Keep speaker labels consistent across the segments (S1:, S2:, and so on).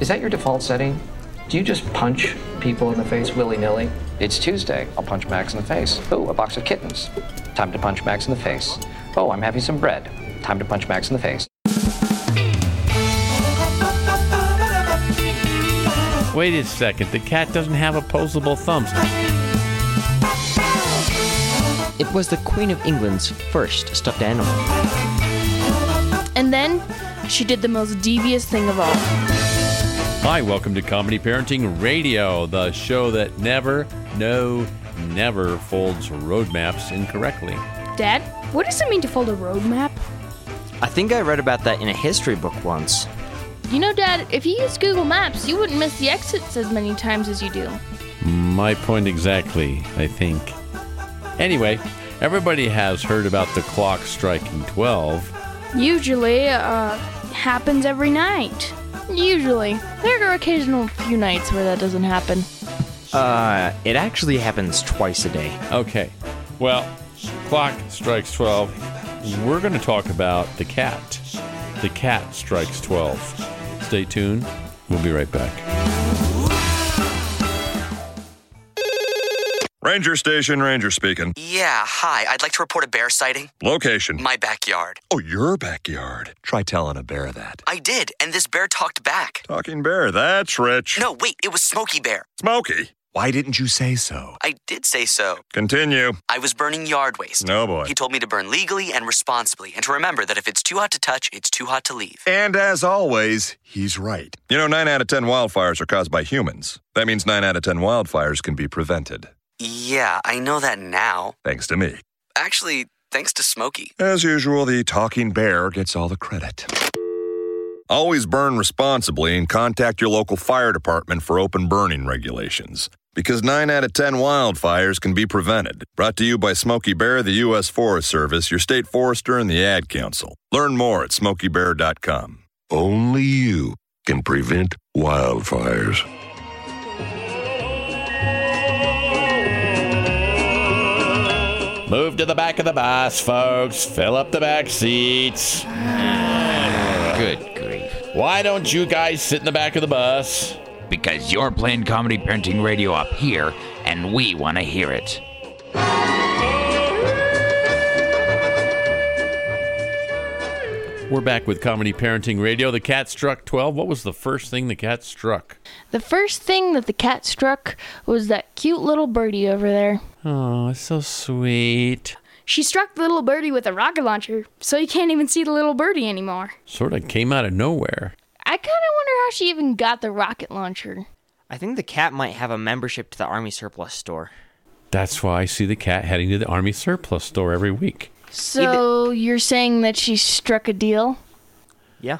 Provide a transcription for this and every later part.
S1: Is that your default setting? Do you just punch people in the face willy nilly?
S2: It's Tuesday. I'll punch Max in the face. Oh, a box of kittens. Time to punch Max in the face. Oh, I'm having some bread. Time to punch Max in the face.
S3: Wait a second. The cat doesn't have opposable thumbs.
S4: It was the Queen of England's first stuffed animal.
S5: And then she did the most devious thing of all.
S3: Hi, welcome to Comedy Parenting Radio, the show that never, no, never folds roadmaps incorrectly.
S5: Dad, what does it mean to fold a roadmap?
S4: I think I read about that in a history book once.
S5: You know, Dad, if you used Google Maps, you wouldn't miss the exits as many times as you do.
S3: My point exactly, I think. Anyway, everybody has heard about the clock striking 12.
S5: Usually, uh, happens every night. Usually. There are occasional few nights where that doesn't happen.
S4: Uh, it actually happens twice a day.
S3: Okay, well, clock strikes 12. We're going to talk about the cat. The cat strikes 12. Stay tuned. We'll be right back.
S6: Ranger Station, Ranger speaking.
S7: Yeah, hi. I'd like to report a bear sighting.
S6: Location.
S7: My backyard.
S6: Oh, your backyard. Try telling a bear that.
S7: I did, and this bear talked back.
S6: Talking bear, that's rich.
S7: No, wait, it was Smokey Bear.
S6: Smoky.
S8: Why didn't you say so?
S7: I did say so.
S6: Continue.
S7: I was burning yard waste.
S6: No boy.
S7: He told me to burn legally and responsibly, and to remember that if it's too hot to touch, it's too hot to leave.
S6: And as always,
S8: He's right.
S6: you know, 9 out of 10 wildfires are caused by humans. That means 9 out of 10 wildfires can be prevented.
S7: Yeah, I know that now.
S6: Thanks to me.
S7: Actually, thanks to Smokey.
S6: As usual, the talking bear gets all the credit. Always burn responsibly and contact your local fire department for open burning regulations. Because 9 out of 10 wildfires can be prevented. Brought to you by Smoky Bear, the U.S. Forest Service, your state forester, and the Ad Council. Learn more at smokybear.com.
S8: Only you can prevent wildfires.
S3: Move to the back of the bus, folks. Fill up the back seats.
S9: Good grief.
S3: Why don't you guys sit in the back of the bus?
S9: Because you're playing comedy parenting radio up here, and we want to hear it.
S3: We're back with Comedy Parenting Radio. The cat struck 12. What was the first thing the cat struck?
S5: The first thing that the cat struck was that cute little birdie over there.
S3: Oh, it's so sweet.
S10: She struck the little birdie with a rocket launcher, so you can't even see the little birdie anymore.
S3: Sort of came out of nowhere.
S5: I kind of wonder how she even got the rocket launcher.
S4: I think the cat might have a membership to the Army surplus store.
S3: That's why I see the cat heading to the Army surplus store every week.
S5: So you're saying that she struck a deal?
S4: Yeah.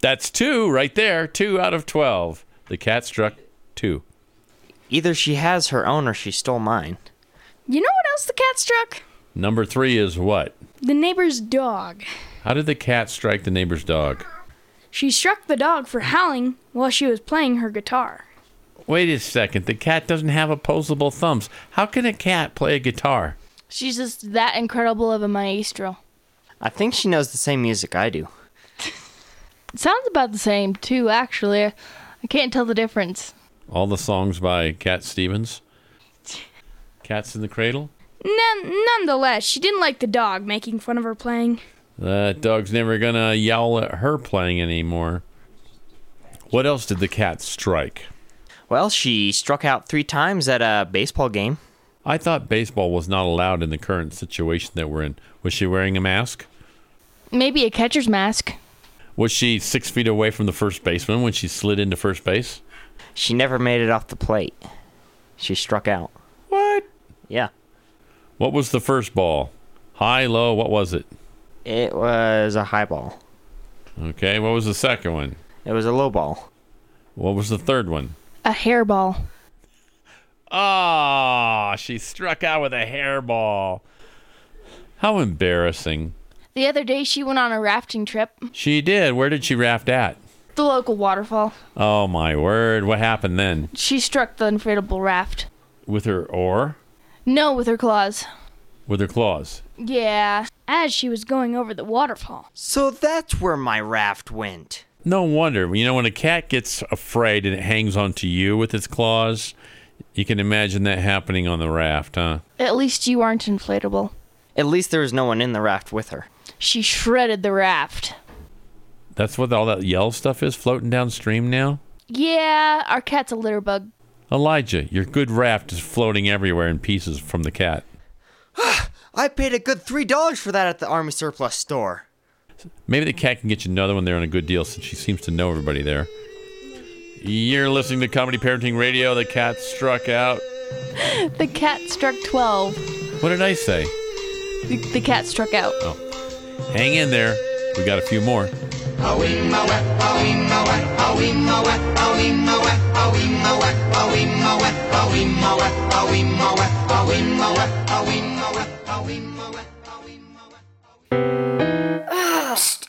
S3: That's two right there. Two out of 12. The cat struck two.
S4: Either she has her own or she stole mine.
S10: You know what else the cat struck?
S3: Number three is what?
S10: The neighbor's dog.
S3: How did the cat strike the neighbor's dog?
S10: She struck the dog for howling while she was playing her guitar.
S3: Wait a second. The cat doesn't have opposable thumbs. How can a cat play a guitar?
S5: She's just that incredible of a maestro.
S4: I think she knows the same music I do.
S5: It sounds about the same, too, actually. I can't tell the difference.
S3: All the songs by Cat Stevens. Cats in the Cradle.
S10: None, nonetheless, she didn't like the dog making fun of her playing.
S3: That dog's never gonna yowl at her playing anymore. What else did the cat strike?
S4: Well, she struck out three times at a baseball game.
S3: I thought baseball was not allowed in the current situation that we're in. Was she wearing a mask?
S5: Maybe a catcher's mask.
S3: Was she six feet away from the first baseman when she slid into first base?
S4: She never made it off the plate. She struck out.
S3: What?
S4: Yeah.
S3: What was the first ball? High, low, what was it?
S4: It was a high ball.
S3: Okay, what was the second one?
S4: It was a low ball.
S3: What was the third one?
S5: A hairball.
S3: Ah, she struck out with a hairball. How embarrassing.
S5: The other day, she went on a rafting trip.
S3: She did. Where did she raft at?
S5: The local waterfall.
S3: Oh my word. What happened then?
S5: She struck the inflatable raft.
S3: With her oar?
S5: No, with her claws.
S3: With her claws.
S5: Yeah.
S10: As she was going over the waterfall,
S4: So that's where my raft went.
S3: No wonder. You know, when a cat gets afraid and it hangs onto you with its claws, you can imagine that happening on the raft, huh?
S5: At least you aren't inflatable.
S4: At least there was no one in the raft with her.
S5: She shredded the raft.
S3: That's what all that yellow stuff is floating downstream now?
S5: Yeah, our cat's a litter bug.
S3: Elijah, your good raft is floating everywhere in pieces from the cat.
S11: I paid a good three dollars for that at the army surplus store.
S3: Maybe the cat can get you another one there on a good deal since she seems to know everybody there. You're listening to Comedy Parenting Radio. The cat struck out.
S5: the cat struck 12.
S3: What did I say?
S5: The, the cat struck out.
S3: Oh. Hang in there. We got a few more.
S12: Psst,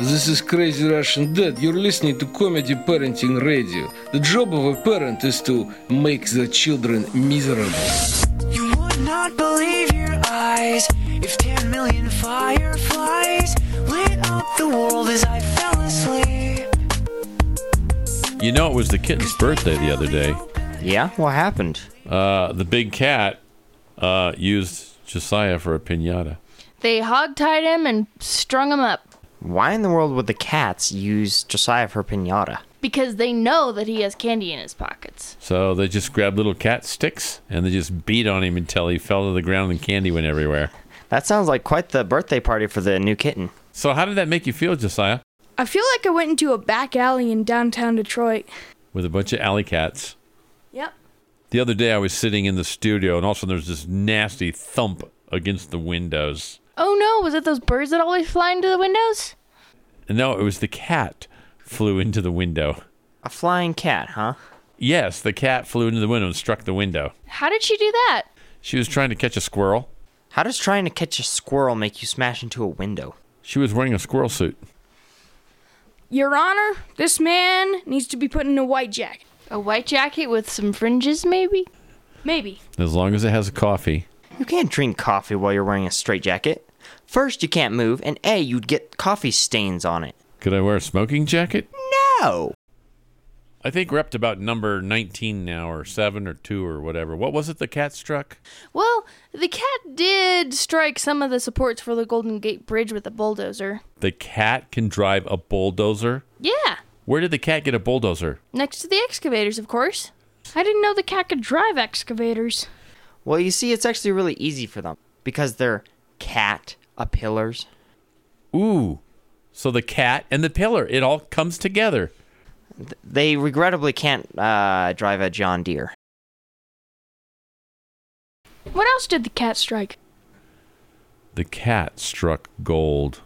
S13: This is Crazy Russian Dad. You're listening to Comedy Parenting Radio. The job of a parent is to make the children miserable.
S14: You would not believe your eyes if 10 million fireflies lit up the world as I fell asleep.
S3: You know, it was the kitten's birthday the other day.
S4: Yeah? What happened?
S3: Uh, the big cat uh, used Josiah for a pinata.
S5: They hogtied him and strung him up
S4: Why in the world would the cats use Josiah for pinata?
S5: because they know that he has candy in his pockets.
S3: So they just grabbed little cat sticks and they just beat on him until he fell to the ground and candy went everywhere.
S4: That sounds like quite the birthday party for the new kitten.
S3: So, how did that make you feel, Josiah?
S10: I feel like I went into a back alley in downtown Detroit.
S3: With a bunch of alley cats.
S10: Yep.
S3: The other day I was sitting in the studio and all of a sudden there's this nasty thump against the windows.
S5: Oh no, was it those birds that always fly into the windows?
S3: And no, it was the cat flew into the window.
S4: A flying cat, huh?
S3: Yes, the cat flew into the window and struck the window.
S5: How did she do that?
S3: She was trying to catch a squirrel.
S4: How does trying to catch a squirrel make you smash into a window?
S3: She was wearing a squirrel suit.
S10: Your Honor, this man needs to be put in a white jacket.
S5: A white jacket with some fringes, maybe?
S10: Maybe.
S3: As long as it has a coffee.
S4: You can't drink coffee while you're wearing a straitjacket. First, you can't move, and A, you'd get coffee stains on it.
S3: Could I wear a smoking jacket?
S4: No!
S3: I think we're up to about number 19 now, or 7 or 2 or whatever. What was it the cat struck?
S5: Well, the cat did strike some of the supports for the Golden Gate Bridge with a bulldozer.
S3: The cat can drive a bulldozer?
S5: Yeah,
S3: Where did the cat get a bulldozer?
S5: next to the excavators, of course. I didn't know the cat could drive excavators.
S4: Well, you see, it's actually really easy for them because they're cat a pillars.
S3: Ooh. So the cat and the pillar, it all comes together.
S4: They regrettably can't uh, drive a John Deere.
S5: What else did the cat strike?
S3: The cat struck gold.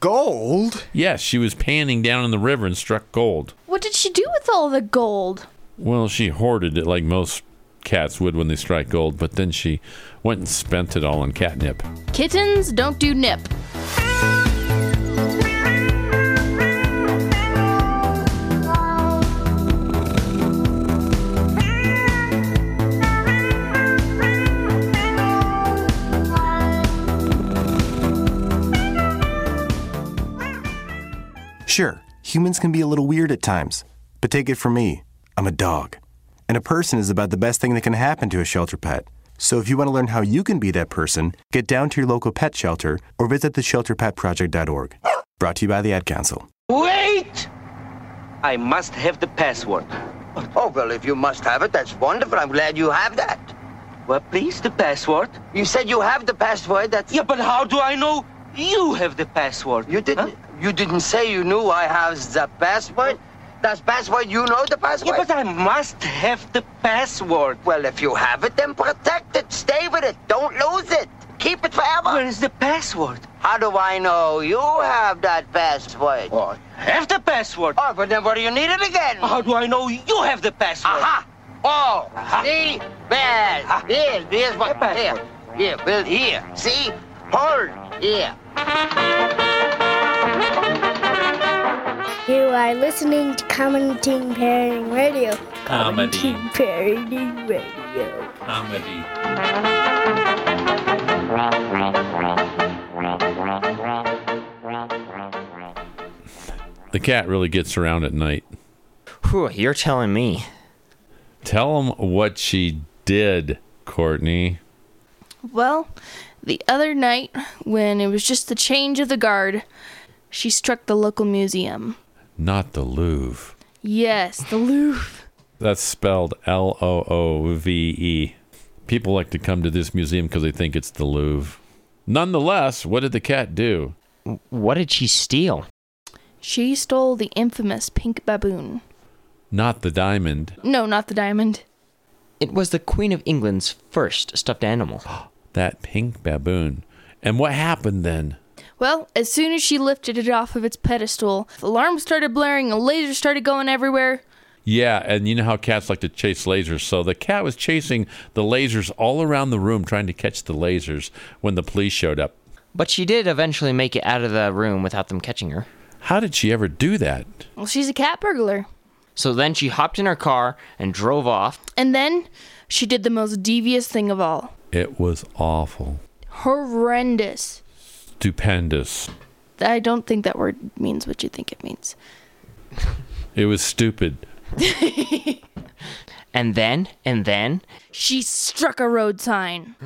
S11: Gold?
S3: Yes, she was panning down in the river and struck gold.
S5: What did she do with all the gold?
S3: Well, she hoarded it like most cats would when they strike gold, but then she went and spent it all on catnip.
S5: Kittens don't do nip.
S15: Sure, humans can be a little weird at times, but take it from me, I'm a dog. And a person is about the best thing that can happen to a shelter pet. So if you want to learn how you can be that person, get down to your local pet shelter or visit theshelterpetproject.org. Brought to you by the Ad Council.
S16: Wait! I must have the password. Oh, well, if you must have it, that's wonderful. I'm glad you have that. Well, please, the password. You said you have the password. That's... Yeah, but how do I know you have the password? You didn't... You didn't say you knew I have the password? That's password, you know the password? Yeah, but I must have the password. Well, if you have it, then protect it. Stay with it. Don't lose it. keep it forever? Where is the password? How do I know you have that password? Oh, I have the password. Oh, but then where do you need it again? How do I know you have the password? Aha! Oh, see? Bad. Here, here's what. Here, here, Bill, here. See? Hold. Here.
S17: You are listening to Commenting Parenting Radio.
S18: Comedy.
S17: Commenting Parenting Radio.
S18: Comedy.
S3: The cat really gets around at night.
S4: Whew, you're telling me.
S3: Tell him what she did, Courtney.
S5: Well, the other night, when it was just the change of the guard, she struck the local museum.
S3: Not the Louvre.
S5: Yes, the Louvre.
S3: That's spelled L O O V E. People like to come to this museum because they think it's the Louvre. Nonetheless, what did the cat do?
S4: What did she steal?
S5: She stole the infamous pink baboon.
S3: Not the diamond.
S5: No, not the diamond.
S4: It was the Queen of England's first stuffed animal.
S3: That pink baboon. And what happened then?
S5: Well, as soon as she lifted it off of its pedestal, the alarm started blaring, a laser started going everywhere.
S3: Yeah, and you know how cats like to chase lasers. So the cat was chasing the lasers all around the room, trying to catch the lasers when the police showed up.
S4: But she did eventually make it out of the room without them catching her.
S3: How did she ever do that?
S5: Well, she's a cat burglar.
S4: So then she hopped in her car and drove off.
S5: And then she did the most devious thing of all
S3: It was awful.
S5: horrendous.
S3: Stupendous.
S5: I don't think that word means what you think it means.
S3: It was stupid.
S4: And then, and then,
S5: She struck a road sign.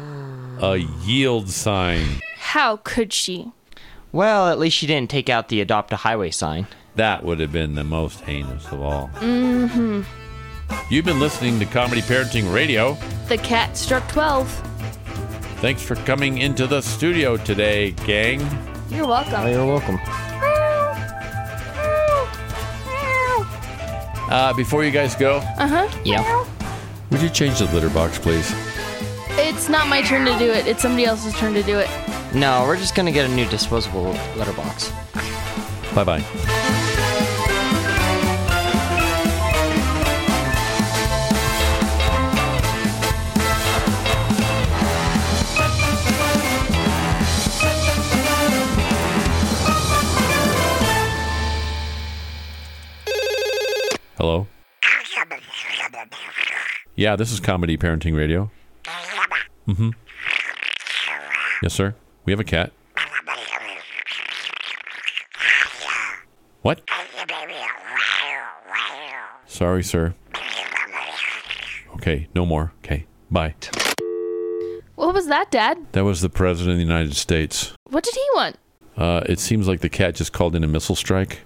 S3: A yield sign.
S5: How could she?
S4: well, at least she didn't take out the adopt a highway sign.
S3: That would have been the most heinous of all.
S5: Mm hmm.
S3: You've been listening to Comedy Parenting Radio.
S5: The cat struck 12.
S3: Thanks for coming into the studio today, gang.
S5: You're welcome.
S3: welcome. Uh, before you guys go,
S5: Uh huh.
S3: yeah, would you change the litter box, please?
S5: It's not my turn to do it, it's somebody else's turn to do it.
S4: No, we're just gonna get a new disposable letterbox.
S3: Bye bye. Hello? Yeah, this is Comedy Parenting Radio. Mm hmm. Yes, sir. We have a cat. What? Sorry, sir. Okay, no more. Okay, bye.
S5: What was that, Dad?
S3: That was the president of the United States.
S5: What did he want?
S3: Uh, it seems like the cat just called in a missile strike.